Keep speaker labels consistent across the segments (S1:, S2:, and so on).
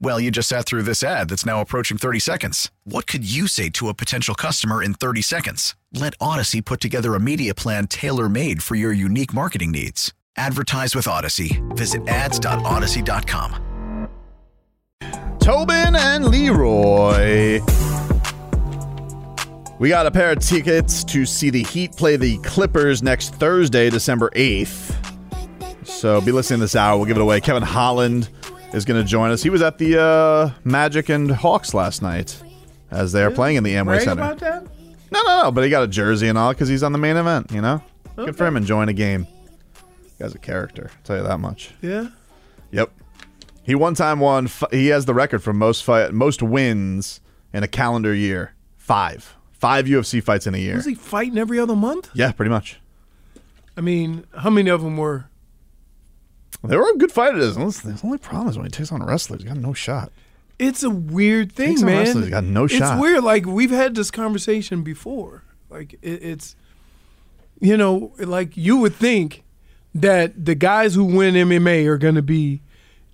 S1: Well, you just sat through this ad that's now approaching 30 seconds. What could you say to a potential customer in 30 seconds? Let Odyssey put together a media plan tailor made for your unique marketing needs. Advertise with Odyssey. Visit ads.odyssey.com.
S2: Tobin and Leroy. We got a pair of tickets to see the Heat play the Clippers next Thursday, December 8th. So be listening this hour. We'll give it away. Kevin Holland is going to join us. He was at the uh, Magic and Hawks last night as they are playing in the Amway
S3: Brag
S2: Center.
S3: about that?
S2: No, no, no. But he got a jersey and all because he's on the main event, you know? Good for him enjoying a game. Guy's a character, I'll tell you that much.
S3: Yeah.
S2: Yep. He one time won. F- he has the record for most fight, most wins in a calendar year. Five, five UFC fights in a year.
S3: Was he fighting every other month?
S2: Yeah, pretty much.
S3: I mean, how many of them were?
S2: There were good fighters. The only problem is when he takes on wrestlers, he's got no shot.
S3: It's a weird thing,
S2: Takes on
S3: man.
S2: wrestlers, got no shot.
S3: It's weird. Like we've had this conversation before. Like it, it's, you know, like you would think that the guys who win MMA are going to be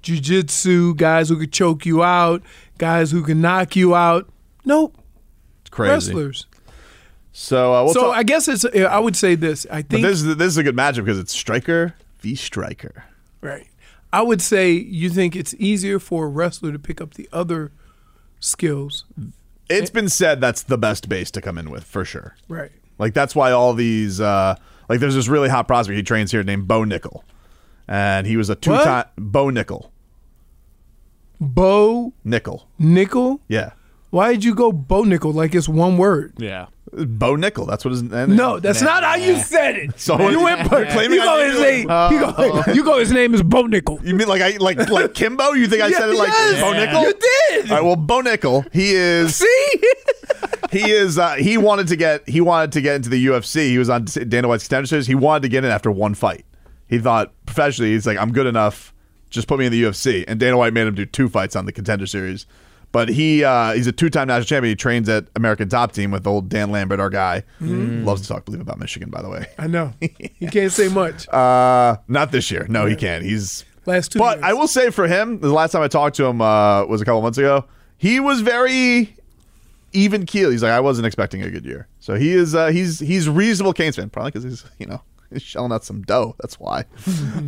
S3: jujitsu guys who could choke you out, guys who can knock you out. Nope,
S2: It's crazy.
S3: wrestlers.
S2: So, uh, we'll
S3: so
S2: talk-
S3: I guess it's. I would say this. I
S2: but
S3: think
S2: this is this is a good matchup because it's striker v striker.
S3: Right. I would say you think it's easier for a wrestler to pick up the other skills. Eh.
S2: It's been said that's the best base to come in with for sure.
S3: Right.
S2: Like that's why all these uh, like there's this really hot prospect he trains here named Bo Nickel, and he was a two time Bo Nickel
S3: Bo
S2: Nickel.
S3: nickel?
S2: Yeah.
S3: Why did you go bo nickel like it's one word?
S4: Yeah.
S2: Bo Nickel. That's what his name
S3: No, that's not how you said it.
S2: So-
S3: you went bo-
S2: You're claiming
S3: you
S2: I
S3: go
S2: knew
S3: his
S2: it. Oh.
S3: name. you, go, you go his name is bo nickel.
S2: You mean like I like like Kimbo? You think I said it like
S3: Yes,
S2: Bo Nickel?
S3: You did.
S2: All right. Well, Bo Nickel. He is.
S3: See?
S2: He is. Uh, he wanted to get. He wanted to get into the UFC. He was on Dana White's contender series. He wanted to get in after one fight. He thought professionally. He's like, I'm good enough. Just put me in the UFC. And Dana White made him do two fights on the contender series. But he uh, he's a two time national champion. He trains at American Top Team with old Dan Lambert, our guy.
S3: Mm.
S2: Loves to talk believe about Michigan, by the way.
S3: I know. You can't say much.
S2: Uh, not this year. No, he can't. He's
S3: Last two
S2: But
S3: years.
S2: I will say for him, the last time I talked to him uh, was a couple months ago. He was very even keel. He's like, I wasn't expecting a good year. So he is. Uh, he's he's reasonable Canes fan, probably because he's you know he's shelling out some dough. That's why.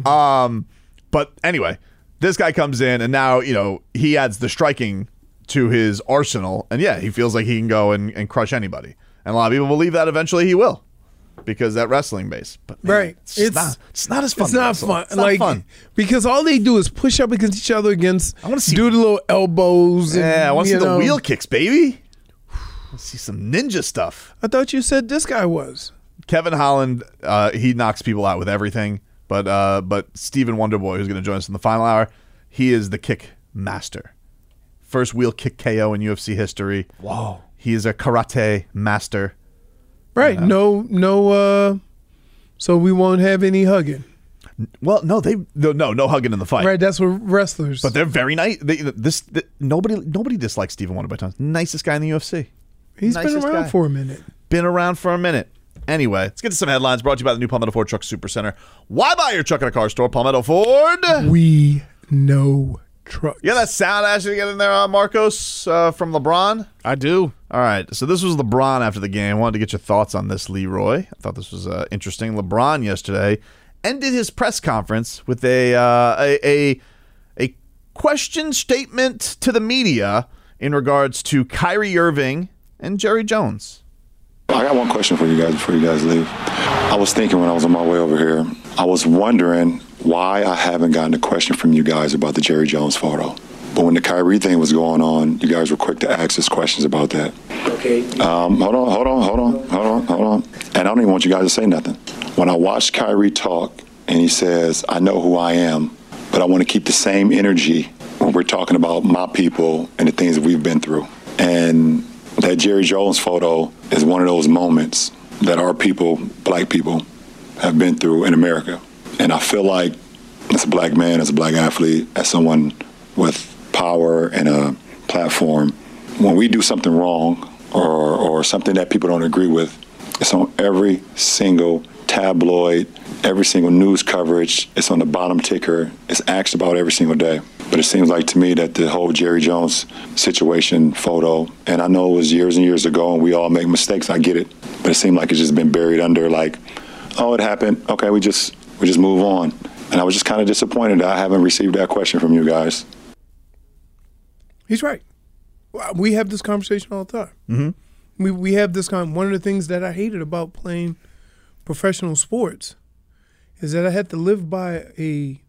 S2: um, but anyway, this guy comes in and now you know he adds the striking to his arsenal, and yeah, he feels like he can go and, and crush anybody. And a lot of people believe that eventually he will. Because that wrestling base, but man,
S3: Right.
S2: it's,
S3: It's-
S2: not, it's not as fun.
S3: It's
S2: to
S3: not
S2: wrestle.
S3: fun.
S2: It's not
S3: like
S2: fun.
S3: because all they do is push up against each other against
S2: I wanna see-
S3: do the little elbows. and,
S2: Yeah, I want to
S3: you
S2: see the
S3: know.
S2: wheel kicks, baby. Let's see some ninja stuff.
S3: I thought you said this guy was.
S2: Kevin Holland, uh, he knocks people out with everything, but uh, but Stephen Wonderboy, who's going to join us in the final hour, he is the kick master. First wheel kick KO in UFC history. Wow. He is a karate master.
S3: Right. No no uh so we won't have any hugging.
S2: Well, no, they no no, no hugging in the fight.
S3: Right, that's what wrestlers.
S2: But they're very nice. They, this th nobody nobody dislikes Stephen Wonderboy. Thompson. Nicest guy in the UFC.
S3: he's been
S2: nicest
S3: around
S2: guy.
S3: for a minute.
S2: been around for a minute. Anyway, let's get to some headlines brought to you by the new Palmetto Ford Truck Supercenter. Why buy your truck at a car store? Palmetto Ford.
S3: We know trucks.
S2: You got that sound Ashley to get in there, uh, Marcos, uh, from LeBron?
S4: I do.
S2: All right, so this was LeBron after the game. I wanted to get your thoughts on this, Leroy. I thought this was uh, interesting. LeBron yesterday ended his press conference with a, uh, a, a, a question statement to the media in regards to Kyrie Irving and Jerry Jones.
S5: I got one question for you guys before you guys leave. I was thinking when I was on my way over here, I was wondering why I haven't gotten a question from you guys about the Jerry Jones photo. But when the Kyrie thing was going on, you guys were quick to ask us questions about that. Okay. Um, hold on, hold on, hold on, hold on, hold on. And I don't even want you guys to say nothing. When I watched Kyrie talk and he says, I know who I am, but I want to keep the same energy when we're talking about my people and the things that we've been through. And That Jerry Jones photo is one of those moments that our people, black people, have been through in America. And I feel like as a black man, as a black athlete, as someone with power and a platform, when we do something wrong or, or something that people don't agree with, it's on every single tabloid, every single news coverage. It's on the bottom ticker. It's axed about every single day. But it seems like to me that the whole Jerry Jones situation photo, and I know it was years and years ago, and we all make mistakes. I get it, but it seemed like it's just been buried under like, oh, it happened. Okay, we just we just move on. And I was just kind of disappointed that I haven't received that question from you guys.
S3: He's right. Well, We have this conversation all the time. Mm-hmm. We we have this con. One of the things that I hated about playing professional sports is that I had to live by a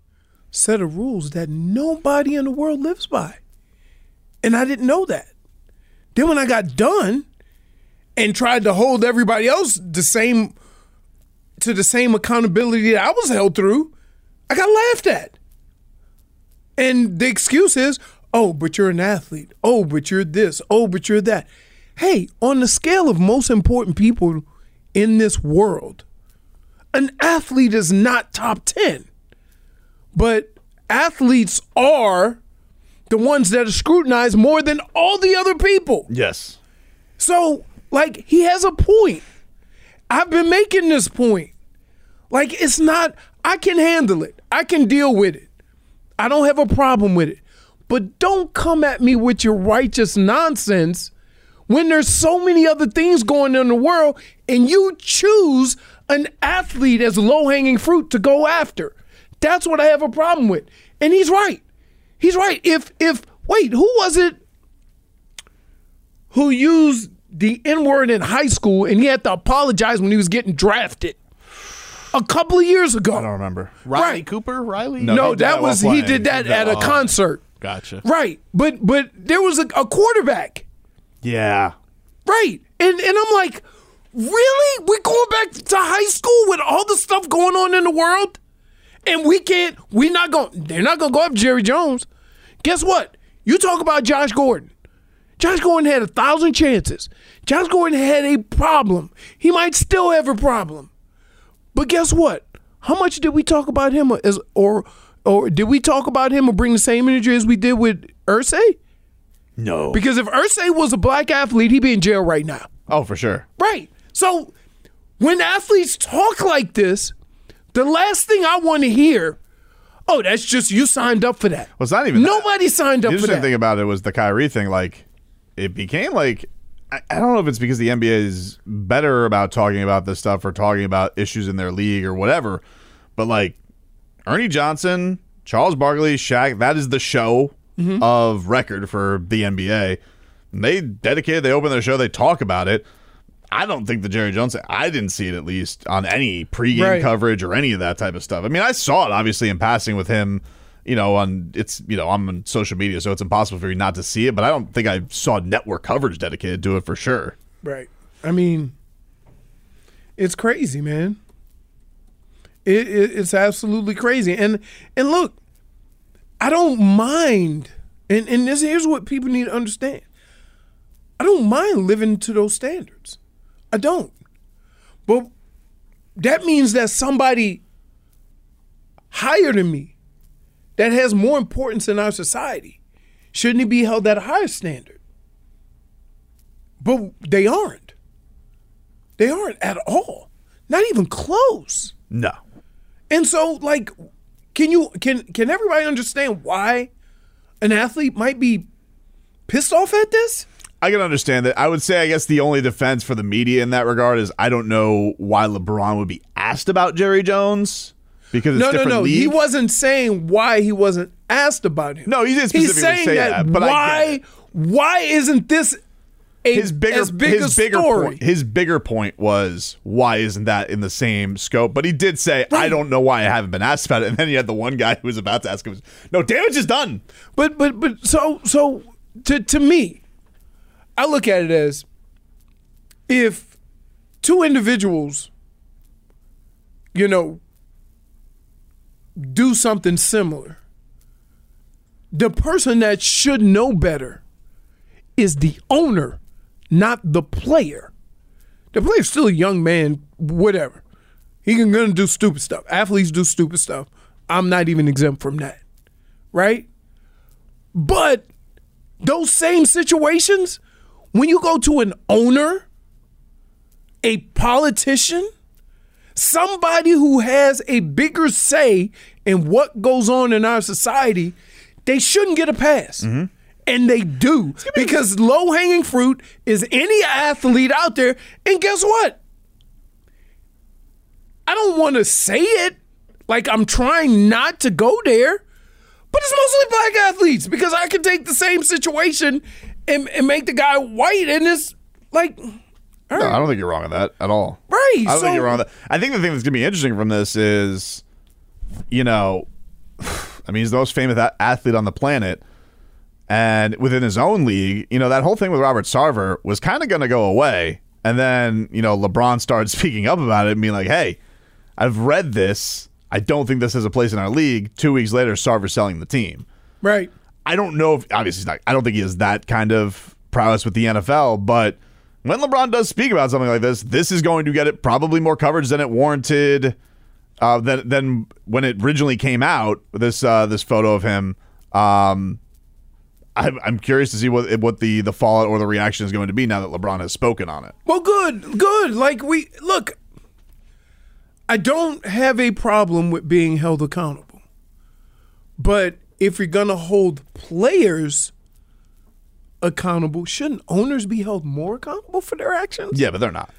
S3: set of rules that nobody in the world lives by, and I didn't know that. Then when I got done and tried to hold everybody else the same to the same accountability that I was held through, I got laughed at. And the excuse is, oh, but you're an athlete. Oh, but you're this. Oh, but you're that. Hey, on the scale of most important people in this world, an athlete is not top 10. But athletes are the ones that are scrutinized more than all the other people.
S2: Yes.
S3: So, like, he has a point. I've been making this point. Like, it's not, I can handle it, I can deal with it. I don't have a problem with it. But don't come at me with your righteous nonsense when there's so many other things going on in the world and you choose an athlete as low hanging fruit to go after. That's what I have a problem with. And he's right. He's right. If, if, wait, who was it who used the N word in high school and he had to apologize when he was getting drafted a couple of years ago?
S4: I don't remember.
S3: Right.
S4: Riley Cooper? Riley?
S3: No,
S2: did that
S3: that
S2: at
S3: was
S2: one
S3: he
S2: point.
S3: did that at a
S4: Oh.
S3: concert.
S4: Gotcha.
S3: Right. But but there was a, a quarterback.
S4: Yeah.
S3: Right. And and I'm like, really? We're going back to high school with all the stuff going on in the world? And we can't we're not going they're not gonna go up Jerry Jones. Guess what? You talk about Josh Gordon. Josh Gordon had a thousand chances. Josh Gordon had a problem. He might still have a problem. But guess what? How much did we talk about him as or or did we talk about him or bring the same energy as we did with Ursay?
S4: No.
S3: Because if Ursay was a black athlete, he'd be in jail right now.
S2: Oh, for sure.
S3: Right. So when athletes talk like this, the last thing I want to hear, oh, that's just you signed up for that.
S2: Well, it's not even that.
S3: Nobody signed
S2: The
S3: up for
S2: interesting
S3: that.
S2: thing about it was the Kyrie thing. Like, it became like I, I don't know if it's because the NBA is better about talking about this stuff or talking about issues in their league or whatever, but like Ernie Johnson, Charles Barkley, Shaq, that is the show of record for the NBA. And they dedicated, they open their show, they talk about it. I don't think the Jerry Jones. I didn't see it at least on any pregame
S3: Right.
S2: coverage or any of that type of stuff. I mean, I saw it obviously in passing with him. You know, on it's you know I'm on social media, so it's impossible for me not to see it. But I don't think I saw network coverage dedicated to it for sure.
S3: Right. I mean, it's crazy, man. It, it it's absolutely crazy. And and look, I don't mind. And and this here's what people need to understand. I don't mind living to those standards. I don't. But that means that somebody higher than me that has more importance in our society shouldn't he be held at a higher standard? But they aren't. They aren't at all. Not even close.
S2: No,
S3: And so, like, can you can can everybody understand why an athlete might be pissed off at this?
S2: I can understand that. I would say, I guess the only defense for the media in that regard is I don't know why LeBron would be asked about Jerry Jones because it's
S3: No, no,
S2: different
S3: no.
S2: league.
S3: He wasn't saying why he wasn't asked about him.
S2: No, he didn't
S3: He's
S2: specifically
S3: saying
S2: say
S3: that.
S2: that, but I get
S3: why?
S2: it.
S3: Why isn't this a
S2: his bigger
S3: as big
S2: his
S3: a
S2: bigger
S3: story?
S2: point his bigger point was why isn't that in the same scope? But he did say I don't know why I haven't been asked about it. And then he had the one guy who was about to ask him, "No, damage is done."
S3: But but but so so to to me, I look at it as if two individuals, you know, do something similar, the person that should know better is the owner, not the player. The player's still a young man, whatever. He can gonna do stupid stuff. Athletes do stupid stuff. I'm not even exempt from that. Right? But those same situations, when you go to an owner, a politician, somebody who has a bigger say in what goes on in our society, they shouldn't get a pass. And they do because low hanging fruit is any athlete out there. And guess what? I don't want to say it like I'm trying not to go there, but it's mostly black athletes because I can take the same situation and, and make the guy white. And it's like, all
S2: No,
S3: right,
S2: I don't think you're wrong on that at all.
S3: Right,
S2: I don't
S3: so-
S2: think you're wrong on that. I think the thing that's going to be interesting from this is, you know, I mean, he's the most famous a- athlete on the planet. And within his own league, you know, that whole thing with Robert Sarver was kind of going to go away. And then, you know, LeBron started speaking up about it and being like, hey, I've read this. I don't think this has a place in our league. Two weeks later, Sarver's selling the team.
S3: right.
S2: I don't know if obviously he's not. I don't think he has that kind of prowess with the NFL, but when LeBron does speak about something like this, this is going to get it probably more coverage than it warranted. Uh, than than when it originally came out. This uh, this photo of him. Um, I'm, I'm curious to see what what the the fallout or the reaction is going to be now that LeBron has spoken on it.
S3: Well, good, good. Like we look, I don't have a problem with being held accountable, but if you're gonna hold players accountable, shouldn't owners be held more accountable for their actions?
S2: Yeah, but they're not.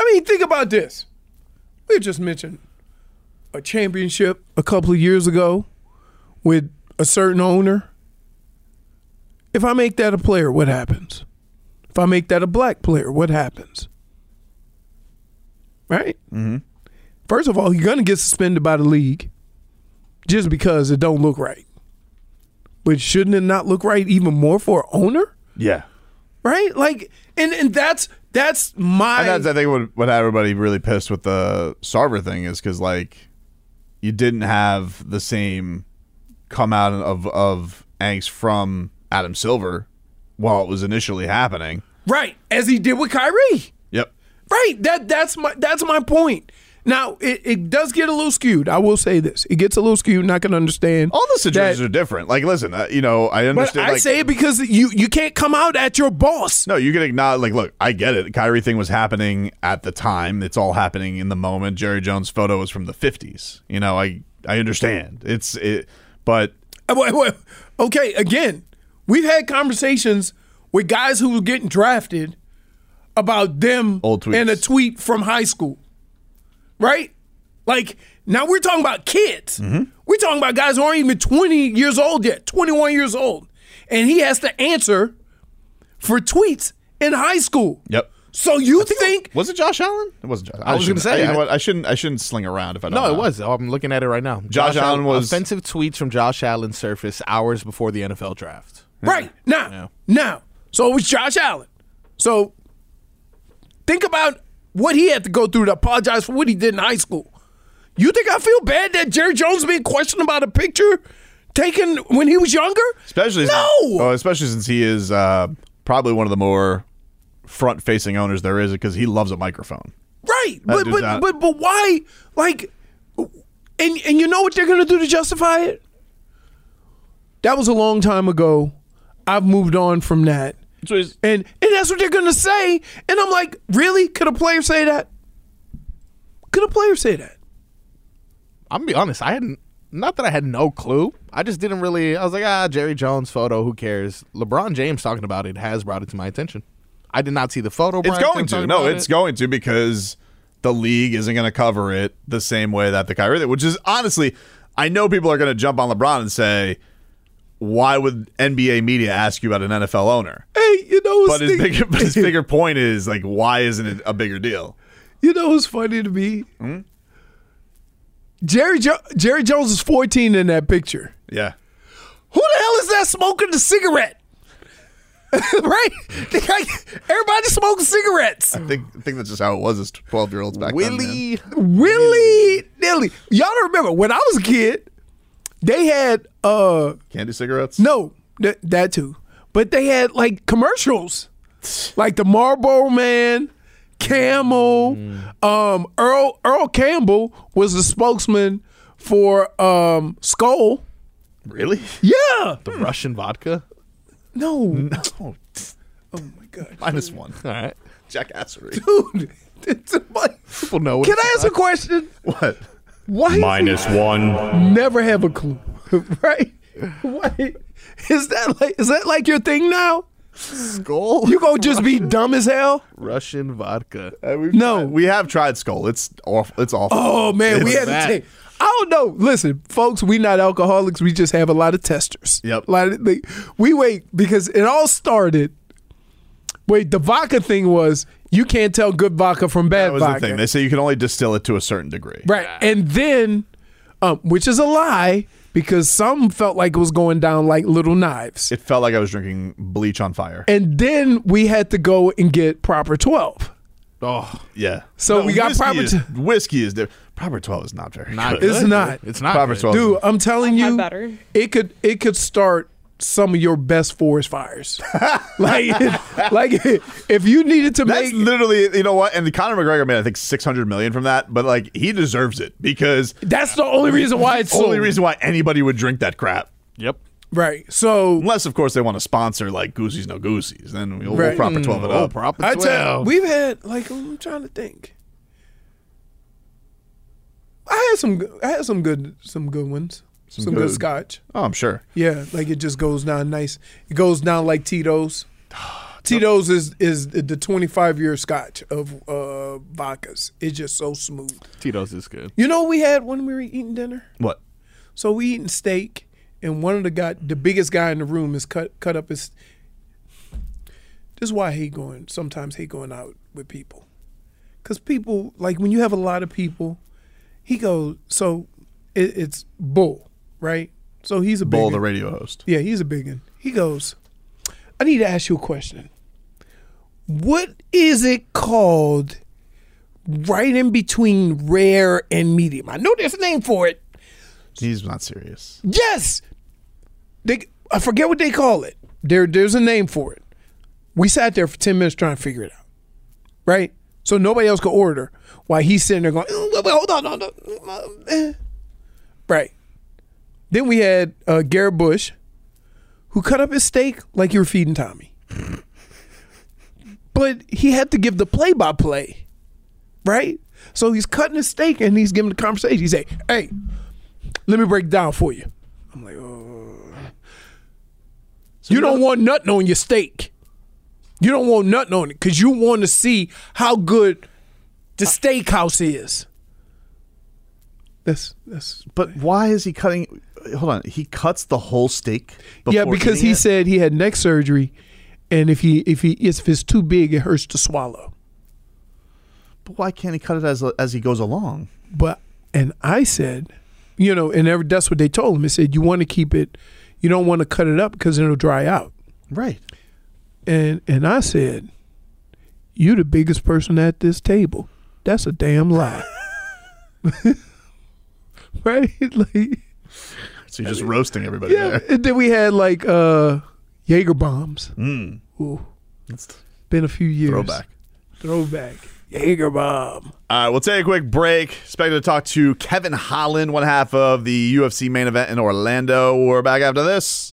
S3: I mean, think about this. We just mentioned a championship a couple of years ago with a certain owner. If I make that a player, what happens? If I make that a black player, what happens? Right? Mm-hmm. First of all, you're going to get suspended by the league just because it don't look right. But shouldn't it not look right even more for an owner?
S2: Yeah,
S3: Right? Like, and, and that's that's my
S2: And that's I think what what had everybody really pissed with the Sarver thing is because like you didn't have the same come out of of angst from Adam Silver while it was initially happening.
S3: Right, as he did with Kyrie.
S2: Yep.
S3: Right. That that's my that's my point. Now it, it does get a little skewed. I will say this. It gets a little skewed, and I can understand.
S2: All the situations
S3: that-
S2: are different. Like, listen, uh, you know, I
S3: But
S2: Oh, understand.
S3: I
S2: like,
S3: say it because you you can't come out at your boss.
S2: No, you can acknowledge. Like, look, I get it. The Kyrie thing was happening at the time. It's all happening in the moment. Jerry Jones' photo is from the fifties. You know, I I understand. It's it, but
S3: Uh, wait, wait. Okay, again, we've had conversations with guys who were getting drafted about them
S2: Old tweets.
S3: and a tweet from high school, right? Like, now we're talking about kids.
S2: Mm-hmm.
S3: We're talking about guys who aren't even 20 years old yet, 21 years old. And he has to answer for tweets in high school.
S2: yep.
S3: So you think,
S2: Was it Josh Allen? It wasn't Josh.
S4: I was
S2: shouldn't-
S4: gonna say,
S2: you know
S4: I-
S2: what? I shouldn't. I shouldn't sling around if I don't.
S4: No,
S2: know.
S4: it was. Oh, I'm looking at it right now.
S2: Josh Allen was-
S4: offensive tweets from Josh Allen surfaced hours before the NFL draft.
S3: right, now, now. So it was Josh Allen. So think about what he had to go through to apologize for what he did in high school. You think I feel bad that Jerry Jones being questioned about a picture taken when he was younger?
S2: especially
S3: no.
S2: Since, oh, especially since he is uh, probably one of the more front-facing owners there is because he loves a microphone.
S3: Right. But
S2: dude's
S3: but,
S2: out.
S3: but but why like and and you know what they're gonna do to justify it? That was a long time ago. I've moved on from that. and and that's what they're gonna say. And I'm like, really? Could a player say that? Could a player say that?
S4: I'm gonna be honest. I hadn't. Not that I had no clue. I just didn't really. I was like, ah, Jerry Jones photo. Who cares? LeBron James talking about it has brought it to my attention. I did not see the photo.
S2: It's
S4: Brian
S2: going
S4: Kemp
S2: to.
S4: talking
S2: No,
S4: about
S2: it's
S4: it.
S2: going to because the league isn't going to cover it the same way that the Kyrie, which is honestly, I know people are going to jump on LeBron and say, "Why would NBA media ask you about an NFL owner?"
S3: Hey, you know what's
S2: But his
S3: the-
S2: bigger, but his bigger point is like, why isn't it a bigger deal?
S3: You know what's funny to me? Jerry jo- Jerry Jones is 14 in that picture.
S2: Yeah.
S3: Who the hell is that smoking the cigarette? right? Everybody smoking cigarettes.
S2: I think I think that's just how it was as twelve year olds back then. man.
S4: Willie.
S3: Willy nilly. Y'all don't remember when I was a kid, they had uh
S2: candy cigarettes.
S3: no, th- that too. But they had like commercials like the Marlboro Man, Camel, um, Earl Earl Campbell was the spokesman for um, Skull.
S4: Really?
S3: Yeah.
S4: The Russian vodka?
S3: No.
S2: Oh,
S3: Oh my god,
S2: minus one.
S4: All right.
S2: Jackassery.
S3: dude. It's a-
S4: People know what
S3: Can
S4: it's
S3: I ask a question?
S2: What?
S3: Why is
S6: Minus one.
S3: never have a clue, right? Why is that like is that like your thing now?
S4: skull?
S3: You gonna just be dumb as hell?
S4: Russian vodka.
S2: Uh, we've
S3: No.
S2: tried- we have tried skull. It's awful. It's awful.
S3: Oh man, we
S4: It's
S3: had to
S4: that.
S3: take. I don't know. Listen, folks, we not alcoholics. We just have a lot of testers.
S2: Yep.
S3: A lot of- like, we wait because it all started. Wait, the vodka thing was you can't tell good vodka from bad
S2: that was
S3: vodka.
S2: the thing. They say you can only distill it to a certain degree.
S3: Right. And then, um, which is a lie because some felt like it was going down like little knives.
S2: It felt like I was drinking bleach on fire.
S3: and then we had to go and get proper 12.
S4: Oh,
S2: yeah.
S3: So we got
S2: whiskey
S3: proper
S2: Is,
S3: t-
S2: whiskey is different. Proper twelve is not very
S4: not
S2: good.
S4: good.
S3: It's not.
S4: It's not.
S2: Proper
S4: good.
S2: swallow.
S3: Dude, I'm telling
S7: I've had
S3: you,
S7: better.
S3: it could it could start some of your best forest fires. like, like if you needed to
S2: That's
S3: make
S2: literally, you know what? And Conor McGregor made I think six hundred million from that, but like he deserves it because
S3: that's the only reason why it's
S2: only
S3: sold.
S2: reason why anybody would drink that crap.
S4: Yep.
S3: Right. So
S2: Unless, of course, they want to sponsor like Goosey's No Goosey's, then we'll,
S3: Right.
S2: we'll proper twelve it
S4: Oh,
S2: up.
S4: proper
S3: I
S4: 12.
S3: tell we've had like I'm trying to think. I had some go- I had some good some good ones. Some, good,
S2: good-
S3: scotch.
S2: oh, I'm sure.
S3: Yeah, like it just goes down nice. It goes down like Tito's. Tito's is is the 25 year scotch of uh vodkas. It's just so smooth.
S4: Tito's is good.
S3: You know what we had when we were eating dinner?
S2: What?
S3: So we eating steak and one of the guy the biggest guy in the room is cut cut up his This is why I hate going sometimes hate going out with people. Cause people like when you have a lot of people, he goes so it, it's bull, right? So he's a big
S2: Bull,
S3: un.
S2: the radio host.
S3: Yeah, he's a big one. He goes, I need to ask you a question. What is it called right in between rare and medium? I know there's a name for it.
S2: He's not serious.
S3: Yes. They I forget what they call it. There there's a name for it. We sat there for 10 minutes trying to figure it out. Right? So nobody else could order while he's sitting there going, "Mm, wait, wait, hold on, hold on. mm, eh." Right. Then we had uh, Garrett Bush, who cut up his steak like you were feeding Tommy. but he had to give the play by play. Right? So he's cutting his steak and he's giving the conversation. He's like, hey, let me break it down for you. I'm like, oh. you don't want nothing on your steak. You don't want nothing on it because you want to see how good the steakhouse is. That's that's
S2: But why is he cutting? Hold on. He cuts the whole steak.
S3: yeah
S2: before
S3: because
S2: eating
S3: he
S2: it?
S3: said he had neck surgery, and if he if he if it's too big it hurts to swallow.
S2: But why can't he cut it as as he goes along?
S3: But and I said, you know, and every, that's what they told him. They said you want to keep it, you don't want to cut it up because it'll dry out.
S2: Right.
S3: and and I said, "You the biggest person at this table. That's a damn lie." right? Like,
S2: So you're just roasting everybody
S3: yeah.
S2: there.
S3: And then we had like uh Jaeger bombs.
S2: Mm.
S3: Ooh,
S2: That's
S3: been a few years.
S2: throwback.
S3: Throwback. Jaeger bomb.
S2: All right, we'll take a quick break. Expected to talk to Kevin Holland, one half of the UFC main event in Orlando. We're back after this.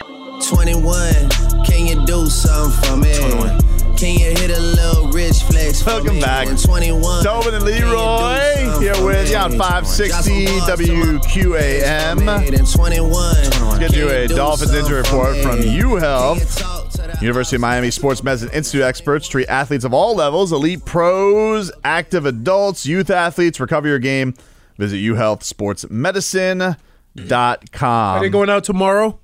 S8: 21, can you do something for me?
S6: Can you hit a little rich flex? for
S2: Welcome
S6: me?
S2: back.
S6: 21.
S2: Tobin and
S6: Can you do
S2: Leroy
S6: something
S2: here
S6: for
S2: with
S6: me?
S2: you on 560
S6: Drop some bars to my
S2: WQAM.
S6: made in 21.
S2: Let's get to a Dolphins injury report from U Health.
S6: University.
S2: University of Miami sports medicine institute experts treat athletes of all levels, elite pros, active adults, youth athletes. Recover your game. Visit uhealthsportsmedicine.com.
S3: Are they going out tomorrow?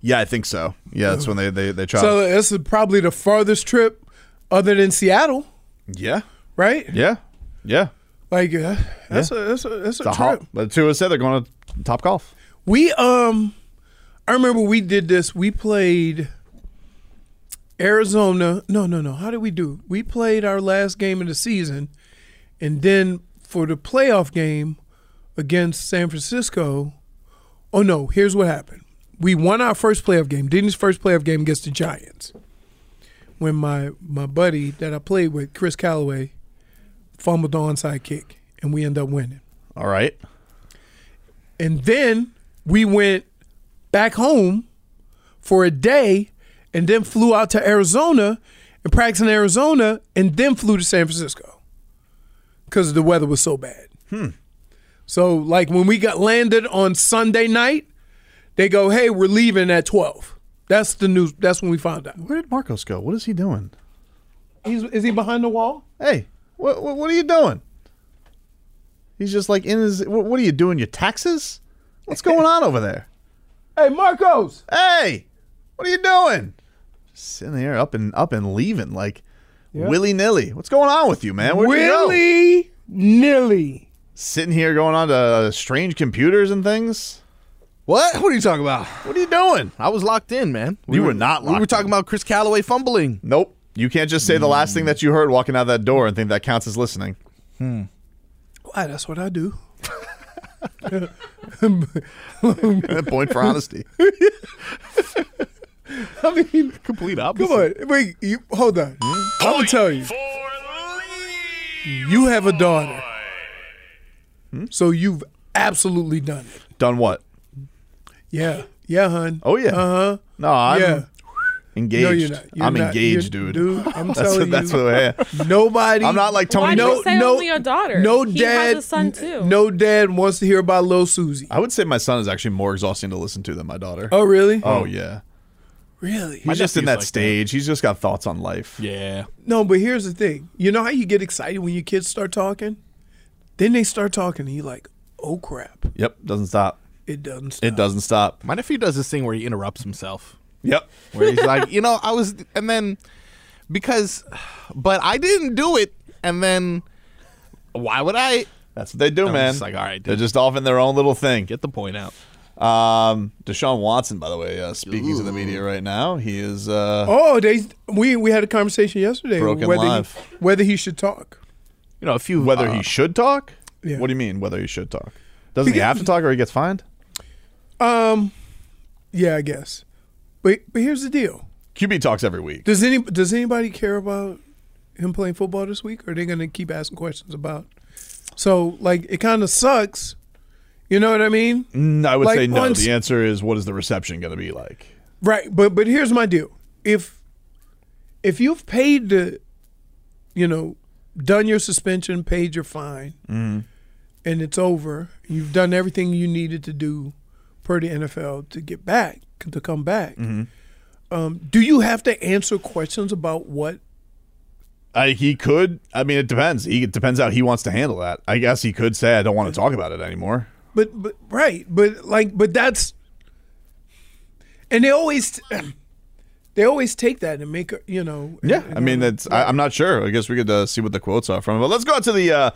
S2: yeah, I think so. Yeah, that's when they they, they try.
S3: So this is probably the farthest trip other than Seattle,
S2: yeah,
S3: right?
S2: yeah, yeah.
S3: Like uh, that's a that's a that's a
S2: The
S3: trip.
S2: hop. The two of us said they're going to Top Golf.
S3: We um I remember we did this. We played Arizona. No, no, no. How did we do? We played our last game of the season and then for the playoff game against San Francisco. Oh no, here's what happened. We won our first playoff game. Denny's first playoff game against the Giants. When my my buddy that I played with, Chris Calloway, fumbled the onside kick and we end up winning.
S2: All right.
S3: And then we went back home for a day and then flew out to Arizona and practiced in Arizona and then flew to San Francisco because the weather was so bad. Hmm. So, like, when we got landed on Sunday night, they go, hey, we're leaving at 12. That's the news. That's when we found out.
S2: Where did Marcos go? What is he doing?
S3: He's, is he behind the wall?
S2: Hey, what what, what are you doing? He's just like in his. What, what are you doing? Your taxes? What's going on over there?
S3: Hey, Marcos!
S2: hey, what are you doing? Just sitting there up and up and leaving like willy nilly. What's going on with you, man? Where'd you go?
S3: Willy nilly.
S2: Sitting here going on to uh, strange computers and things.
S4: What? What are you talking about?
S2: What are you doing?
S4: I was locked in, man.
S2: You were not
S4: We
S2: locked
S4: were talking
S2: in.
S4: about Chris Calloway fumbling. Mm.
S2: Nope. You can't just say the last thing that you heard walking out that door and think that counts as listening.
S3: Why, that's what I do.
S2: Point for honesty.
S3: I mean,
S4: Complete opposite.
S3: Come on, wait, you hold on. I'm gonna tell you. You have a daughter, Hmm? so you've absolutely done it.
S2: Done what?
S3: Yeah, yeah, hun.
S2: Oh yeah.
S3: Uh huh.
S2: No, I'm
S3: Yeah.
S2: engaged.
S3: No, you're not. You're
S2: I'm
S3: not.
S2: engaged,
S3: You're-
S2: dude.
S3: dude, I'm
S2: that's
S3: telling
S2: that's
S3: you.
S2: what I am.
S3: Nobody.
S2: I'm not like Tony.
S7: Why'd
S2: No,
S7: you say
S3: no-
S7: only a daughter?
S3: No
S7: he
S3: dad.
S7: has a son too.
S3: No dad wants to hear about Lil Susie.
S2: I would say my son is actually more exhausting to listen to than my daughter.
S3: Oh really?
S2: oh yeah.
S3: really?
S2: He's just in
S4: nephew's
S2: that
S4: like that.
S2: stage. He's just got thoughts on life.
S4: Yeah.
S3: No, but here's the thing. You know how you get excited when your kids start talking? Then they start talking, and you're like, "Oh crap!"
S2: Yep. Doesn't stop.
S3: It doesn't. Stop.
S2: It doesn't stop.
S4: My nephew does this thing where he interrupts himself.
S2: Yep.
S4: Where he's like, you know, I was, and then because, but I didn't do it, and then why would I?
S2: That's what they do,
S4: I'm
S2: man.
S4: just like, all right, dude.
S2: They're just off in their own little thing.
S4: Get the point out.
S2: Um, Deshaun Watson, by the way, uh, speaking to the media right now, he is. Uh,
S3: Oh, they we we had a conversation yesterday
S2: Broken
S3: whether
S2: live.
S3: He, whether he should talk.
S4: You know, a few.
S2: Whether
S4: uh,
S2: he should talk?
S3: Yeah.
S2: What do you mean? Whether he should talk? Doesn't he have to talk, or he gets fined?
S3: Um, yeah, I guess. But but here's the deal:
S2: QB talks every week.
S3: does any does anybody care about him playing football this week? Or are they going to keep asking questions about? So like, it kind of sucks. You know what I mean?
S2: Mm, I would
S3: Like
S2: say no.
S3: once-
S2: the answer is, what is the reception going to be like?
S3: Right, but but here's my deal. If if you've paid the you know, done your suspension, paid your fine,
S2: Mm-hmm.
S3: and it's over, and you've done everything you needed to do per the NFL to get back to come back.
S2: Mm-hmm.
S3: Um, do you have to answer questions about what
S2: I, he could. I mean, it depends. He, it depends how he wants to handle that. I guess he could say, "I don't want to talk about it anymore."
S3: But but right, but like but that's and they always they always take that and make a- you know
S2: Yeah, I mean, that's. I, I'm not sure. I guess we could uh, see what the quotes are from it. But let's go out to the uh,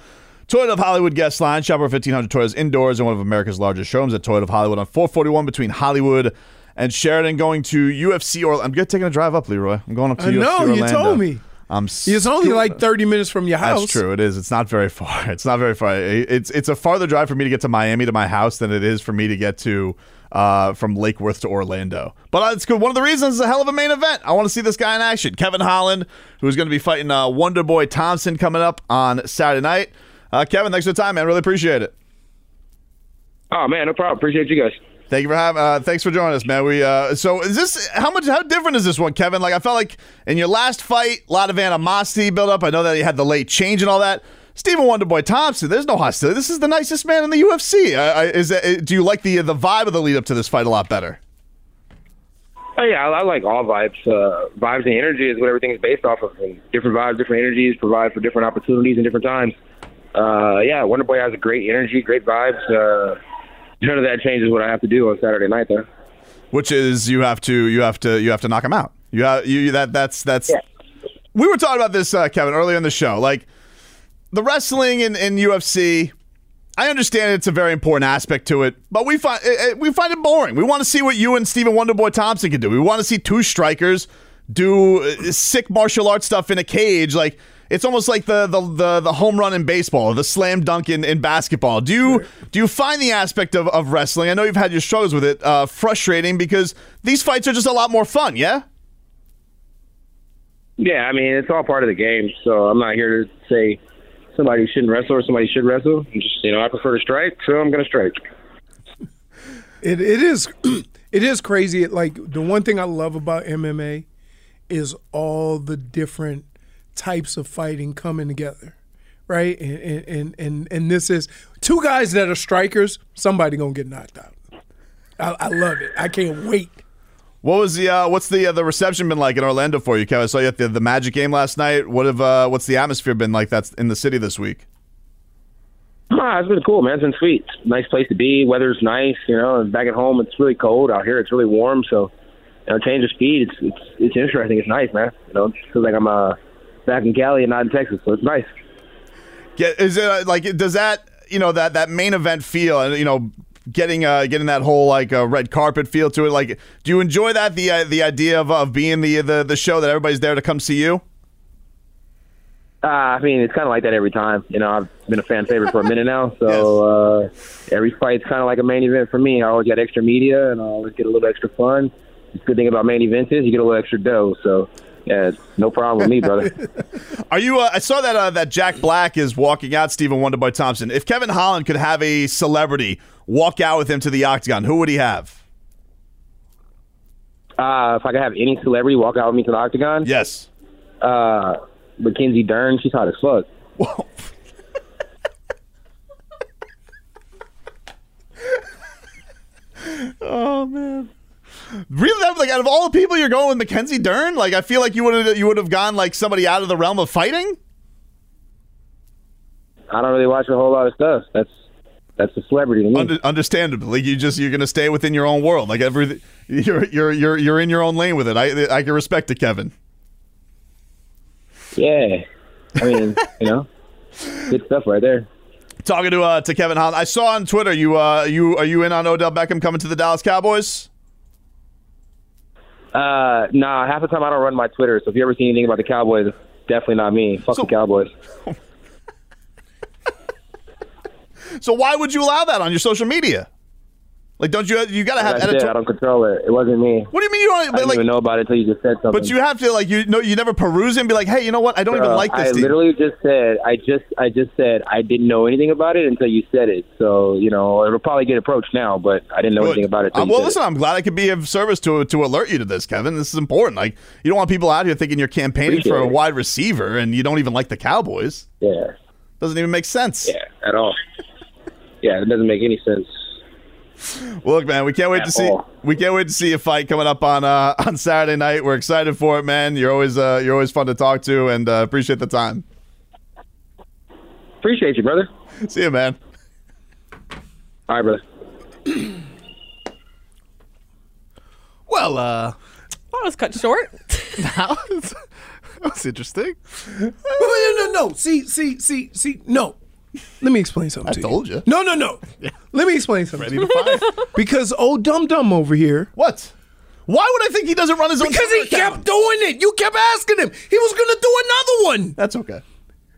S2: Toyota of Hollywood guest line. Shop over 1,500 Toyotas indoors in one of America's largest showrooms at Toyota of Hollywood on 441 between Hollywood and Sheridan. Going to UFC or I'm good taking a drive up, Leroy. I'm going up to
S3: I
S2: UFC
S3: know, Uh, you
S2: Orlando.
S3: told me.
S2: I'm.
S3: it's only like 30 minutes from your house.
S2: That's true. It is. It's not very far. It's not very far. It- It's it's a farther drive for me to get to Miami to my house than it is for me to get to uh, from Lake Worth to Orlando. But uh, it's good. One of the reasons is a hell of a main event. I want to see this guy in action. Kevin Holland, who's going to be fighting uh, Wonder Boy Thompson coming up on Saturday night. Uh, Kevin, thanks for the time, man. Really appreciate it.
S8: Oh man, no problem. Appreciate you guys.
S2: Thank you for having. Uh, thanks for joining us, man. We uh, so is this how much how different is this one, Kevin? Like I felt like in your last fight, a lot of animosity built up. I know that you had the late change and all that. Stephen Wonderboy Thompson, there's no hostility. This is the nicest man in the UFC. Uh, I- is that, uh, do you like the the vibe of the lead up to this fight a lot better?
S7: Oh, yeah, I, I like all vibes. Uh, vibes and energy is what everything's based off of. And different vibes, different energies provide for different opportunities and different times. Uh, yeah, Wonder Boy has a great energy, great vibes. Uh, none of that changes what I have to do on Saturday night, though.
S2: Which is you have to you have to you have to knock him out. You have, you you- that that's that's. We were talking about this, uh, Kevin, earlier in the show. Like the wrestling in, in UFC, I understand it's a very important aspect to it, but we find it, it- we find it boring. We want to see what you and Stephen Wonderboy Thompson can do. We want to see two strikers do uh, sick martial arts stuff in a cage. Like it's almost like the the the, the home run in baseball, or the slam dunk in, in basketball. Do you do you find the aspect of, of wrestling? I know you've had your struggles with it, uh, frustrating because these fights are just a lot more fun. Yeah.
S7: Yeah, I mean, it's all part of the game. So I'm not here to say somebody shouldn't wrestle or somebody should wrestle. I'm just, you know, I prefer to strike, so I'm going to strike.
S3: It it is it is crazy. It, Like the one thing I love about MMA is all the different types of fighting coming together, right? And and and and, and this is two guys that are strikers. Somebody gonna get knocked out. I, I love it. I can't wait.
S2: What was the uh, what's the uh, the reception been like in Orlando for you, Kevin? I saw you at the, the Magic game last night. What have uh, what's the atmosphere been like that's in the city this week?
S7: Ah, it's been cool, man. It's been sweet. Nice place to be. Weather's nice, you know. And back at home, it's really cold. Out here, it's really warm. So, you know, change of speed. It's it's it's interesting. It's nice, man. You know, it feels like I'm uh back in Cali and not in Texas. So it's nice.
S2: Get, is it uh, like does that you know that that main event feel and you know getting uh, getting that whole like uh, red carpet feel to it? Like, do you enjoy that the uh, the idea of, of being the, the the show that everybody's there to come see you?
S7: Uh, I mean, it's kind of like that every time. You know, I've been a fan favorite for a minute now, so uh, every fight's kind of like a main event for me. I always got extra media, and I always get a little extra fun. The good thing about main events is you get a little extra dough. So, yeah, it's no problem with me, brother.
S2: Are you? Uh, I saw that uh, that Jack Black is walking out Stephen Wonderboy Thompson. If Kevin Holland could have a celebrity walk out with him to the octagon, who would he have?
S7: Uh, if I could have any celebrity walk out with me to the octagon,
S2: yes.
S7: Uh, Mackenzie Dern, she's hot as fuck.
S2: Oh man. Really, that, like out of all the people, you're going with Mackenzie Dern. Like, I feel like you would have you would have gone like somebody out of the realm of fighting.
S7: I don't really watch a whole lot of stuff. That's that's a celebrity to me.
S2: Under, understandably, you just you're gonna stay within your own world. Like every you're you're you're you're in your own lane with it. I I can respect it, Kevin.
S7: yeah, I mean, you know, good stuff right there.
S2: Talking to uh to Kevin Holland, I saw on Twitter you uh you are you in on Odell Beckham coming to the Dallas Cowboys?
S7: Uh, nah, half the time I don't run my Twitter. So if you ever see anything about the Cowboys, it's definitely not me. Fuck the Cowboys.
S2: So why would you allow that on your social media? Like, don't you you gotta have
S7: Like I said,
S2: editor-
S7: I don't control it. It wasn't me.
S2: What do you mean you don't?
S7: I didn't even know about it until you just said something.
S2: But you have to like you know you never peruse it and be like, hey, you know what? I don't even
S7: Bro,
S2: like this.
S7: I
S2: team.
S7: literally just said I just I just said I didn't know anything about it until you said it. So you know it'll probably get approached now, but I didn't know anything about it. till
S2: Um,
S7: you
S2: well,
S7: said
S2: listen,
S7: it.
S2: I'm glad I could be of service to to alert you to this, Kevin. This is important. Like, you don't want people out here thinking you're campaigning
S7: Appreciate
S2: for a
S7: it.
S2: wide receiver and you don't even like the Cowboys.
S7: Yeah.
S2: Doesn't even make sense.
S7: Yeah, at all. Yeah, it doesn't make any sense.
S2: Well, look, man, we can't wait
S7: At
S2: to see.
S7: all.
S2: We can't wait to see a fight coming up on uh, on Saturday night. We're excited for it, man. You're always uh, you're always fun to talk to, and uh, appreciate the time.
S7: Appreciate you, brother.
S2: See you, man.
S7: All right, brother.
S4: Well, uh, that was cut short. that, was, that was interesting.
S3: Wait, wait, no, no, no. See, see, see, see. No. Let me explain something. I to
S2: told you.
S3: No, no, no. Let me explain something.
S2: Ready to fire?
S3: because old dum dum over here.
S2: What? Why would I think he doesn't run his own?
S3: Because he
S2: Twitter account?
S3: kept doing it. You kept asking him. He was gonna do another one.
S2: That's okay.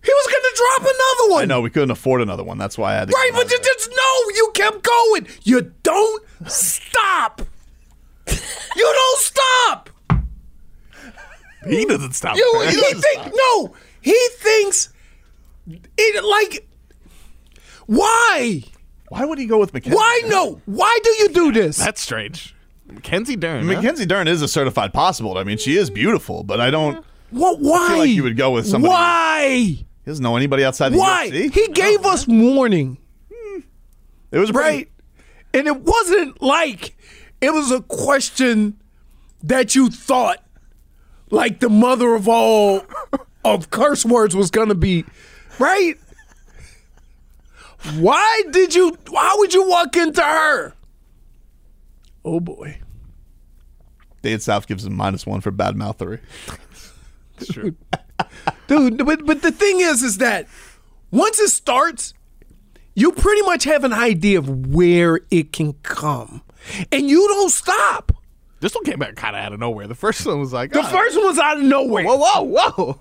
S3: He was gonna drop another
S2: I
S3: one.
S2: know we couldn't afford another one. That's why I had to.
S3: Right, but you just no, you kept going. You don't stop. you don't stop.
S4: He doesn't stop.
S3: You he think no. He thinks it like why?
S2: Why would he go with McKenzie?
S3: Why no? Why do you do this?
S4: That's strange. Mackenzie Dern. huh?
S2: Mackenzie Dern is a certified possible. I mean, she is beautiful, but I don't.
S3: What?
S2: I
S3: Why?
S2: feel like you would go with somebody.
S3: Why?
S2: He doesn't know anybody outside the
S3: Why?
S2: UFC.
S3: He gave us warning.
S2: It was pretty-
S3: right. And it wasn't like it was a question that you thought like the mother of all of curse words was gonna be, right? Why did you why would you walk into her? Oh boy.
S2: Dade South gives him minus one for bad mouthery.
S3: Dude, but but the thing is is that once it starts, you pretty much have an idea of where it can come. And you don't stop.
S4: This one came back kind of out of nowhere. The first one was like,
S3: The
S4: ah,
S3: first one's out of nowhere.
S4: whoa, whoa, whoa.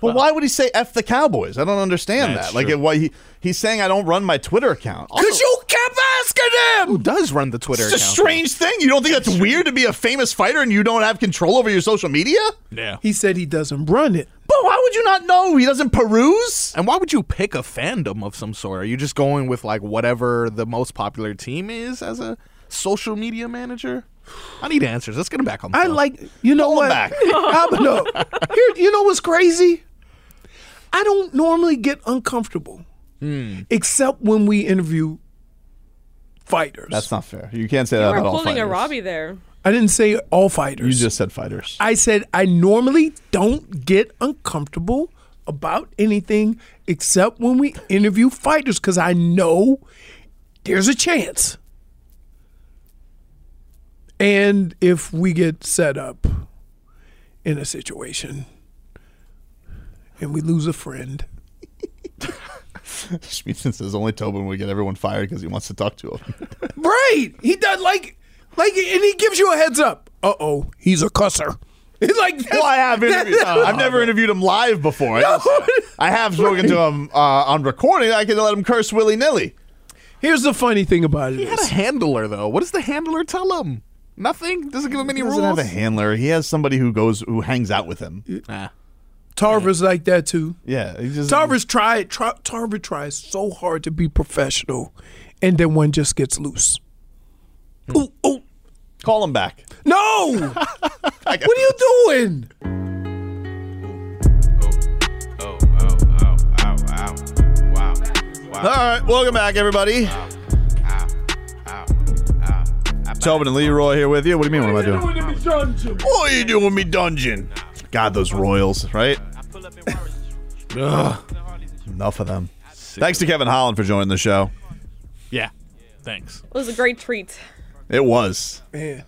S2: But why would he say "f the Cowboys"? I don't understand
S4: That's
S2: that. Like,
S4: true.
S2: it- why he he's saying I don't run my Twitter account. Also,
S3: Because you kept asking
S4: Who
S3: him.
S4: does run the Twitter
S2: it's a
S4: account?
S2: strange thing. You don't think that's weird to be a famous fighter and you don't have control over your social media?
S4: Yeah.
S3: He said he doesn't run it.
S2: But why would you not know? He doesn't peruse.
S4: And why would you pick a fandom of some sort? Are you just going with like whatever the most popular team is as a social media manager? I need answers. Let's get him back on. The
S3: I
S4: phone.
S3: like you know
S2: Pull him
S3: what.
S2: Oh. back.
S3: I'm- no. Here, you know what's crazy? I don't normally get uncomfortable,
S2: Hmm.
S3: except when we interview fighters.
S2: That's not fair. You can't say that
S8: We're
S2: about all
S8: pulling
S2: fighters.
S8: a Robbie there.
S3: I didn't say all fighters.
S2: You just said fighters.
S3: I said I normally don't get uncomfortable about anything except when we interview fighters because I know there's a chance. And if we get set up in a situation and we lose a friend,
S2: Schmeaton says only Tobin would get everyone fired because he wants to talk to him.
S3: right? He does like, like, and he gives you a heads up. Uh oh, he's a cusser. like,
S2: well, I have interviewed. I've never interviewed him live before. I, just- I have spoken to him uh, on recording. I can let him curse willy nilly.
S3: Here's the funny thing about it
S4: He had a
S3: is-
S4: handler though. What does the handler tell him? Nothing. Doesn't give him any
S2: He
S4: rules.
S2: doesn't have a handler. He has somebody who goes who hangs out with him.
S4: Nah.
S3: Tarver's like that too.
S2: Yeah, he just
S3: Tarver's tried. Tra- Tarver tries so hard to be professional, and then one just gets loose. Ooh, ooh,
S2: call him back.
S3: no! what are you doing?
S4: Oh,
S2: All right, welcome back, everybody. Tobin and Leroy here with you. What do you mean? What am I doing? What are you doing, me dungeon? God, those Royals, right? Ugh. Enough of them. Thanks to Kevin Holland for joining the show.
S4: Yeah. Thanks.
S8: It was a great treat.
S2: It was.
S3: Man,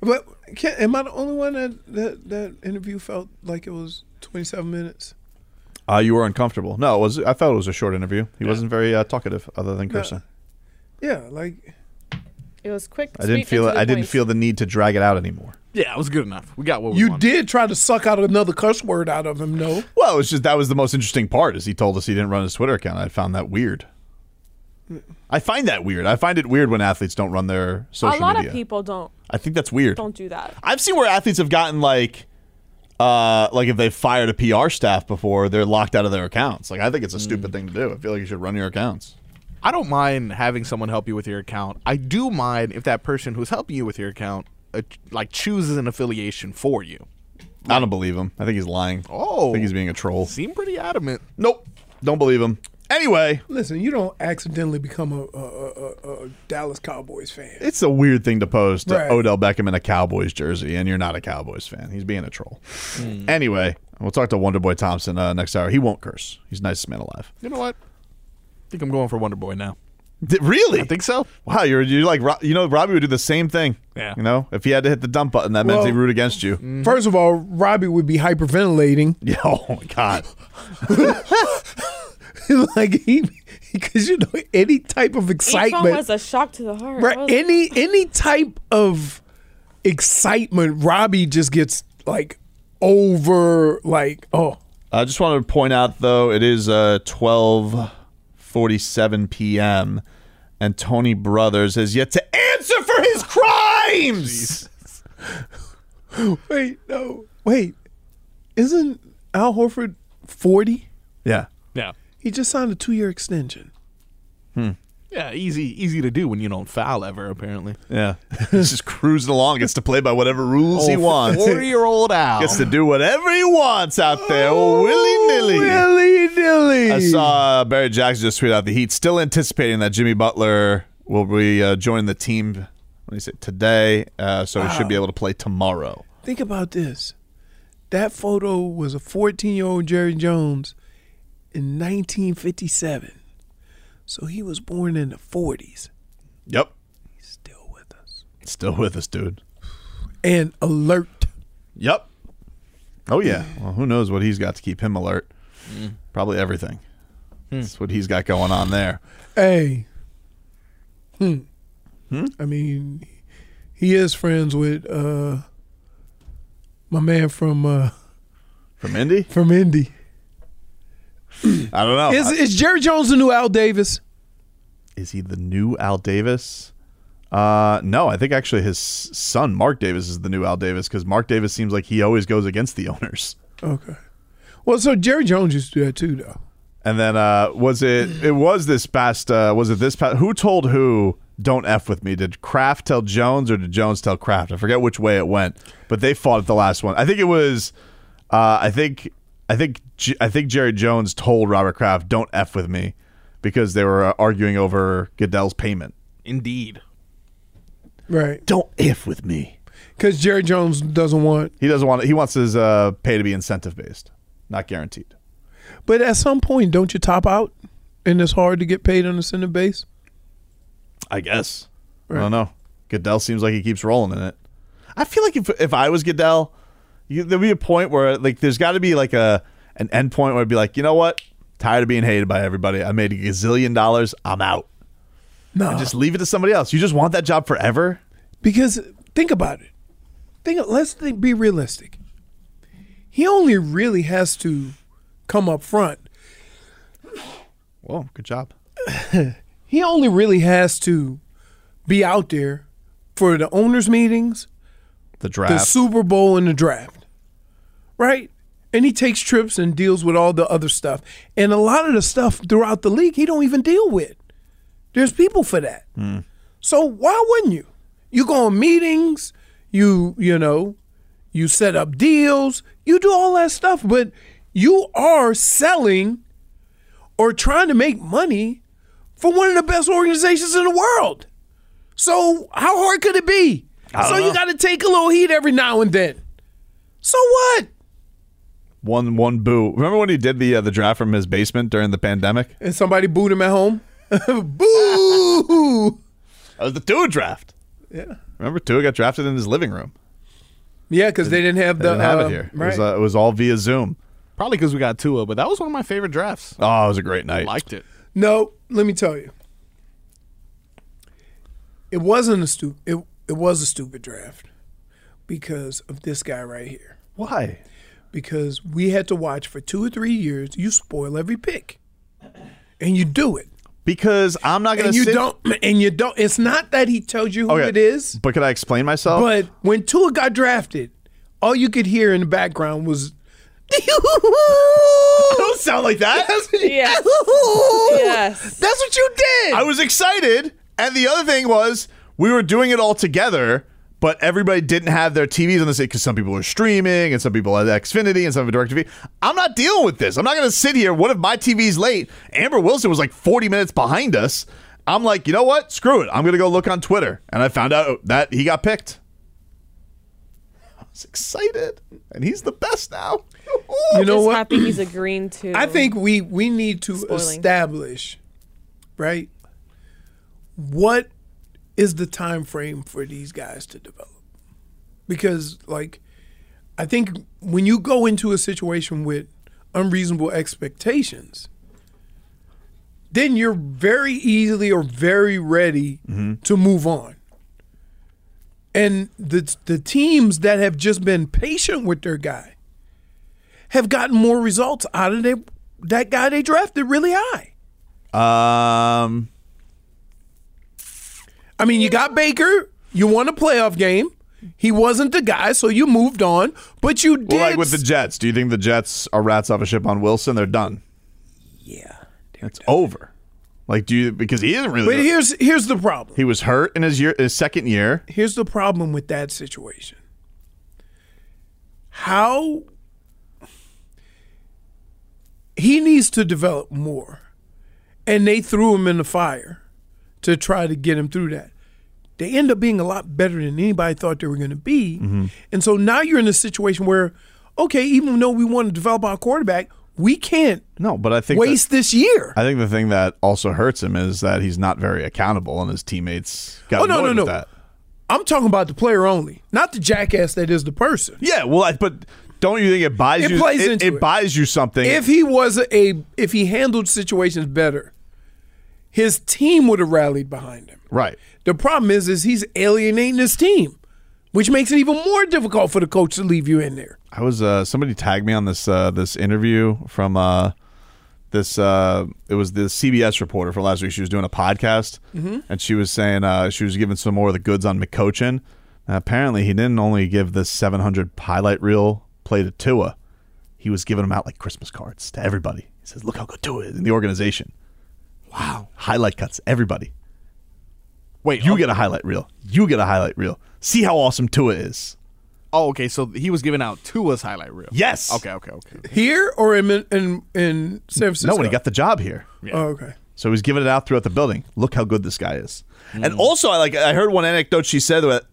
S3: but can, am I the only one that, that that interview felt like it was twenty seven minutes?
S2: Uh, you were uncomfortable. No, it was. I felt it was a short interview. He wasn't very uh, talkative, other than cursing.
S3: Yeah, like
S8: It was quick.
S2: I didn't
S8: sweet,
S2: feel.
S8: and to
S2: I
S8: the
S2: didn't
S8: point.
S2: feel the need to drag it out anymore.
S4: Yeah, it was good enough. We got what we
S3: you
S4: wanted.
S3: did try to suck out another cuss word out of him. No,
S2: Well, it was just that was the most interesting part. Is he told us he didn't run his Twitter account? I found that weird. I find that weird. I find it weird when athletes don't run their social
S8: A lot
S2: media.
S8: of people don't
S2: I think that's weird.
S8: don't do that.
S2: I've seen where athletes have gotten like, uh, like if they fired a PR staff before, they're locked out of their accounts. Like I think it's a
S8: Mm.
S2: stupid thing to do. I feel like you should run your accounts.
S4: I don't mind having someone help you with your account. I do mind if that person who's helping you with your account uh, like chooses an affiliation for you.
S2: I don't believe him. I think he's lying.
S4: Oh.
S2: I think he's being a troll.
S4: Seem pretty adamant.
S2: Nope, don't believe him. Anyway,
S3: listen, you don't accidentally become a, a, a, a, a Dallas Cowboys fan.
S2: it's a weird thing to post to
S3: Right.
S2: Odell Beckham in a Cowboys jersey, and you're not a Cowboys fan. He's being a troll.
S4: Hmm.
S2: Anyway, we'll talk to Wonderboy Thompson uh, next hour. He won't curse. He's the nicest man alive.
S4: You know what? I think I'm going for Wonder Boy now.
S2: D- really?
S4: I think so.
S2: Wow, you're you're like Ro- you know Robbie would do the same thing.
S4: Yeah. Mm.
S2: You know, if he had to hit the dump button, that meant
S3: Well-
S2: he root against you.
S3: First of all, Robbie would be hyperventilating.
S2: Yeah. Oh my God.
S3: like he because you know any type of
S8: Each one
S3: excitement
S8: was a shock to the heart.
S3: right
S8: I was-
S3: any any type of excitement robbie just gets like over like oh
S2: I just wanted to point out though, it is uh, twelve forty-seven p.m. and Tony Brothers has yet to answer for his crimes.
S3: wait no wait isn't al horford 40
S2: yeah.
S4: Yeah.
S3: he just signed a two-year extension
S4: Yeah, easy, easy to do when you don't foul ever. Apparently,
S2: Yeah, he's just cruising along. Gets to play by whatever rules he
S4: Oh,
S2: wants.
S4: Forty-year-old Al
S2: Gets to do whatever he wants out there, willy nilly.
S3: Dilly dilly.
S2: I saw uh, Barry Jackson just tweet out the Heat still anticipating that Jimmy Butler will be uh, joining the team. What do you say today? Uh, so he should be able to play tomorrow.
S3: Think about this. That photo was a 14 year old Jerry Jones in 1957. So he was born in the 40s
S2: Yep. He's still with us. Still with us, dude.
S3: and alert.
S2: Yep. Oh yeah. Well, who knows what he's got to keep him alert? Mm. Probably everything. That's what he's got going on there.
S3: Hey. Hmm. I mean, he is friends with uh, my man from uh,
S2: From Indy,
S3: from Indy.
S2: I don't know.
S3: Is,
S2: Oh, I-
S3: is Jerry Jones the new Al Davis?
S2: is he the new Al Davis? Uh, no, I think actually his son Mark Davis is the new Al Davis because Mark Davis seems like he always goes against the owners.
S3: Okay. Well, so Jerry Jones used to do that too, though.
S2: And then uh, was it? It was this past. Uh, was it this past? Who told who? Don't f with me. Did Kraft tell Jones or did Jones tell Kraft? I forget which way it went, but they fought at the last one. I think it was. Uh, I think. I think. J- I think Jerry Jones told Robert Kraft, "Don't f with me," because they were uh, arguing over Goodell's payment.
S4: indeed.
S3: Right.
S2: Don't if with me.
S3: Because Jerry Jones doesn't want.
S2: He doesn't want. He wants his uh, pay to be incentive based, not guaranteed.
S3: But at some point, don't you top out? And it's hard to get paid on the center base?
S2: I guess. I don't know. Goodell seems like he keeps rolling in it. I feel like if if I was Goodell, you, there'd be a point where like there's got to be like a an end point where I'd be like, you know what? Tired of being hated by everybody. I made a gazillion dollars. I'm out.
S3: No.
S2: And just leave it to somebody else. You just want that job forever.
S3: Because think about it. Think let's think, be realistic. He only really has to come up front.
S2: Whoa, good job.
S3: He only really has to be out there for the owners meetings,
S2: The
S3: the
S2: draft.
S3: Super Bowl and the draft. Right? And he takes trips and deals with all the other stuff. And a lot of the stuff throughout the league he don't even deal with. There's people for that. So why wouldn't you? You go on meetings, you you know, you set up deals, you do all that stuff, but you are selling or trying to make money for one of the best organizations in the world. So how hard could it be? So you got to take a little heat every now and then. So what?
S2: one one boo. Remember when he did the uh, the draft from his basement during the pandemic?
S3: And somebody booed him at home. Boo!
S2: That was the Tua draft.
S3: Yeah.
S2: Remember Tua got drafted in his living room.
S3: Yeah, because they didn't have
S2: They
S3: the
S2: didn't have
S3: uh,
S2: it here. It,
S3: Right.
S2: was, uh, it was all via Zoom.
S4: Probably because we got Tua, but that was one of my favorite drafts.
S2: Oh, it was a great night.
S4: Liked it.
S3: No, let me tell you. It wasn't a stupid. It, it was a stupid draft because of this guy right here.
S2: Why?
S3: Because we had to watch for two or three years. You spoil every pick, and you do it,
S2: Because I'm not going
S3: and
S2: to.
S3: you
S2: sit-
S3: don't, and you don't. It's not that he tells you who
S2: Okay.
S3: it is,
S2: But could I explain myself?
S3: but when Tua got drafted, all you could hear in the background was.
S2: don't sound like that.
S8: Yes. yes.
S3: That's what you did.
S2: I was excited, and the other thing was we were doing it all together. But everybody didn't have their TVs on the same because some people were streaming and some people had Xfinity and some have DirecTV. I'm not dealing with this. I'm not going to sit here. What if my TV's late? Amber Wilson was like 40 minutes behind us. I'm like, you know what? Screw it. I'm going to go look on Twitter. And I found out that he got picked. I was excited. And he's the best now.
S3: you know
S8: Just
S3: what?
S8: happy he's agreeing to.
S3: I think we we need to
S8: Spoiling.
S3: establish, right? What is the time frame for these guys to develop? Because like, I think when you go into a situation with unreasonable expectations, then you're very easily or very ready to move on. And the the teams that have just been patient with their guy have gotten more results out of they, that guy they drafted really high.
S2: Um,
S3: I mean, you got Baker, you won a playoff game. He wasn't the guy, so you moved on, but you did.
S2: well, like with the Jets, do you think the Jets are rats off a ship on Wilson? They're done.
S3: yeah,
S2: It's over. Like, do you because he isn't really.
S3: But here's here's the problem.
S2: he was hurt in his year, his second year.
S3: Here's the problem with that situation. How he needs to develop more. And they threw him in the fire to try to get him through that. They end up being a lot better than anybody thought they were going to be. And so now you're in a situation where, okay, even though we want to develop our quarterback, we can't
S2: No, but I think that-
S3: waste this year.
S2: I think the thing that also hurts him is that he's not very accountable, and his teammates got
S3: Oh, no,
S2: annoyed
S3: no,
S2: with
S3: no.
S2: that.
S3: I'm talking about the player only, not the jackass that is the person.
S2: Yeah, well, I, but don't you think it buys
S3: It
S2: you?
S3: plays into it.
S2: buys you something.
S3: If he was a, if he handled situations better, his team would have rallied behind him.
S2: Right.
S3: The problem is, is he's alienating his team, which makes it even more difficult for the coach to leave you in there.
S2: I was uh, somebody tagged me on this uh, this interview from uh, this uh, it was the CBS reporter for last week. She was doing a podcast,
S9: Mhm.
S2: and she was saying uh, she was giving some more of the goods on McCochin. And apparently, he didn't only give this 700 highlight reel play to Tua; he was giving them out like Christmas cards to everybody. He says, "Look how good Tua is in the organization." Wow! Highlight cuts, everybody. Wait, oh. you get a highlight reel. You get a highlight reel. See how awesome Tua is.
S4: Oh, okay. So he was giving out Tua's highlight reel.
S2: Yes.
S4: Okay. Okay. Okay.
S3: Here or in in in San Francisco?
S2: No, when he got the job here.
S3: Oh, okay.
S2: So he's giving it out throughout the building. Look how good this guy is. And also, I like I heard one anecdote she said that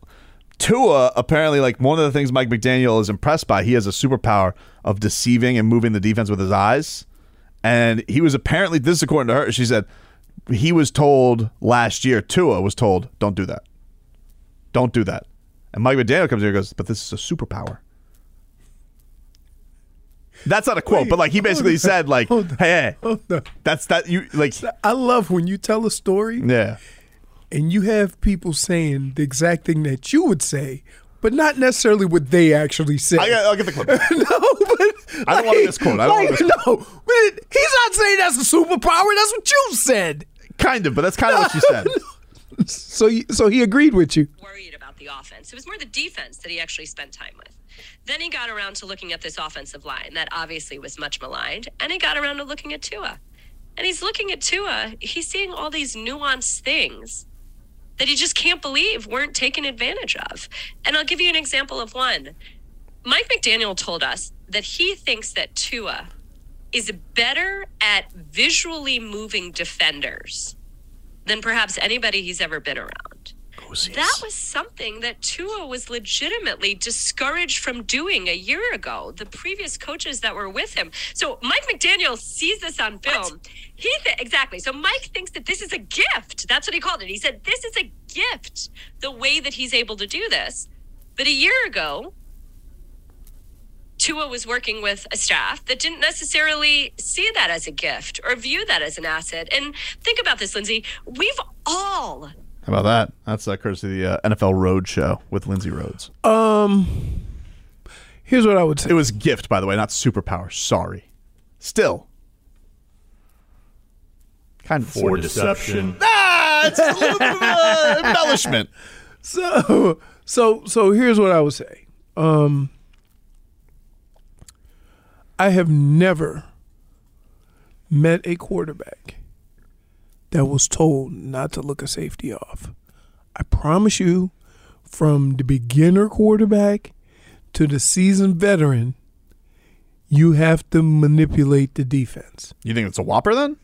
S2: Tua apparently like one of the things Mike McDaniel is impressed by. He has a superpower of deceiving and moving the defense with his eyes. And he was apparently this is according to her. She said he was told last year. Tua was told, "Don't do that. Don't do that." And Mike McDaniel comes in and goes, "But this is a superpower." That's not a quote, but like he basically said, like, "Hey, hey that's that you like."
S3: Oh, I love when you tell a story
S2: Yeah.
S3: and you have people saying the exact thing that you would say, but not necessarily what they actually said. I,
S2: I'll get the clip. no,
S3: but
S2: I don't want this quote. I don't want this
S3: No, but he's not saying that's a superpower. That's what you said.
S2: Kind of, but that's kind of what you said.
S3: so, you- so he agreed with you.
S10: worried about the offense. It was more the defense that he actually spent time with. Then he got around to looking at this offensive line that obviously was much maligned, and he got around to looking at Tua. And he's looking at Tua, he's seeing all these nuanced things that he just can't believe weren't taken advantage of. And I'll give you an example of one. Mike McDaniel told us that he thinks that Tua is better at visually moving defenders than perhaps anybody he's ever been around. That was something that Tua was legitimately discouraged from doing a year ago. The previous coaches that were with him. So Mike McDaniel sees this on film. He th- exactly. So Mike thinks that this is a gift. That's what he called it. He said this is a gift. The way that he's able to do this. But a year ago, Tua was working with a staff that didn't necessarily see that as a gift or view that as an asset. And think about this, Lindsay. We've all
S2: How about that? That's uh, courtesy of the uh, NFL Road Show with Lindsay Rhodes.
S3: Um, here's what I would say.
S2: It was gift, by the way, not superpower. Sorry. Still. Kind of
S9: For deception.
S2: Ah, it's a little bit of uh, embellishment.
S3: So, so, so here's what I would say. Um, I have never met a quarterback that was told not to look a safety off. I promise you, from the beginner quarterback to the seasoned veteran, you have to manipulate the defense.
S2: You think it's a whopper then?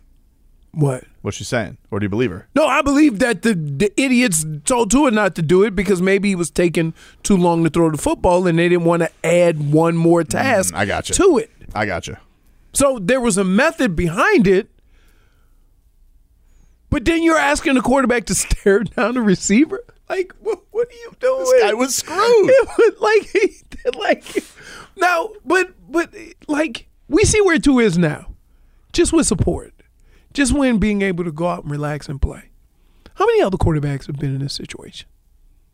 S3: What?
S2: What she's saying? Or do you believe her?
S3: No, I believe that the, the idiots told Tua not to do it because maybe he was taking too long to throw the football and they didn't want to add one more task I
S2: gotcha.
S3: to it.
S2: I gotcha.
S3: So there was a method behind it, but then you're asking the quarterback to stare down the receiver? Like, what, what are you doing? This guy
S2: was screwed.
S3: like, he, like, now, but, but, like, we see where Tua is now, just with support, just when being able to go out and relax and play. How many other quarterbacks have been in this situation?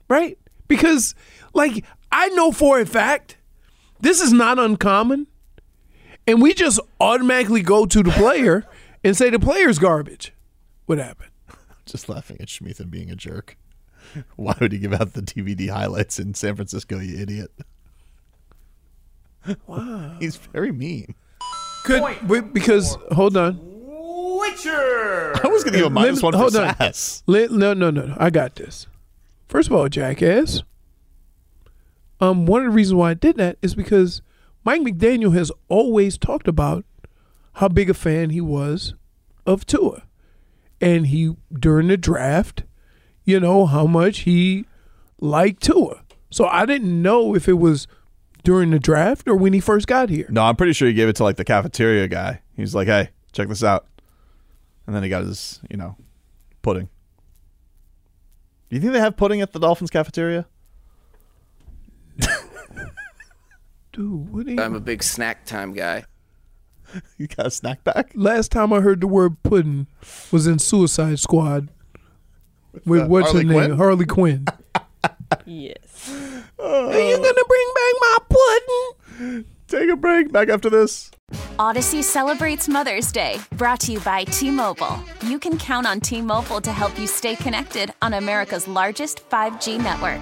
S3: Right? Because, like, I know for a fact this is not uncommon. And we just automatically go to the player and say the player's garbage. What happened?
S2: Just laughing at Schmeathan being a jerk. Why would he give out the DVD highlights in San Francisco, you idiot?
S3: Wow.
S2: He's very mean.
S3: Could, be- because, hold on.
S9: Witcher.
S2: I was gonna give a minus one for
S3: hold on.
S2: sass.
S3: Let- no, no, no, no. I got this. First of all, jackass. Um, one of the reasons why I did that is because Mike McDaniel has always talked about how big a fan he was of Tua, and he during the draft, you know how much he liked Tua. So I didn't know if it was during the draft or when he first got here.
S2: No, I'm pretty sure he gave it to like the cafeteria guy. He was like, "Hey, check this out," and then he got his, you know, pudding. Do you think they have pudding at the Dolphins cafeteria?
S3: Dude, what
S9: I'm a big snack time guy.
S2: You got a snack back?
S3: Last time I heard the word pudding was in Suicide Squad with
S2: that,
S3: what's
S2: Harley
S3: her name?
S2: Quinn?
S3: Harley Quinn.
S8: Yes.
S2: Are you gonna
S3: bring back my pudding?
S2: Take a break. Back after this.
S11: Odyssey celebrates Mother's Day, brought to you by T Mobile. You can count on T Mobile to help you stay connected on America's largest 5G network.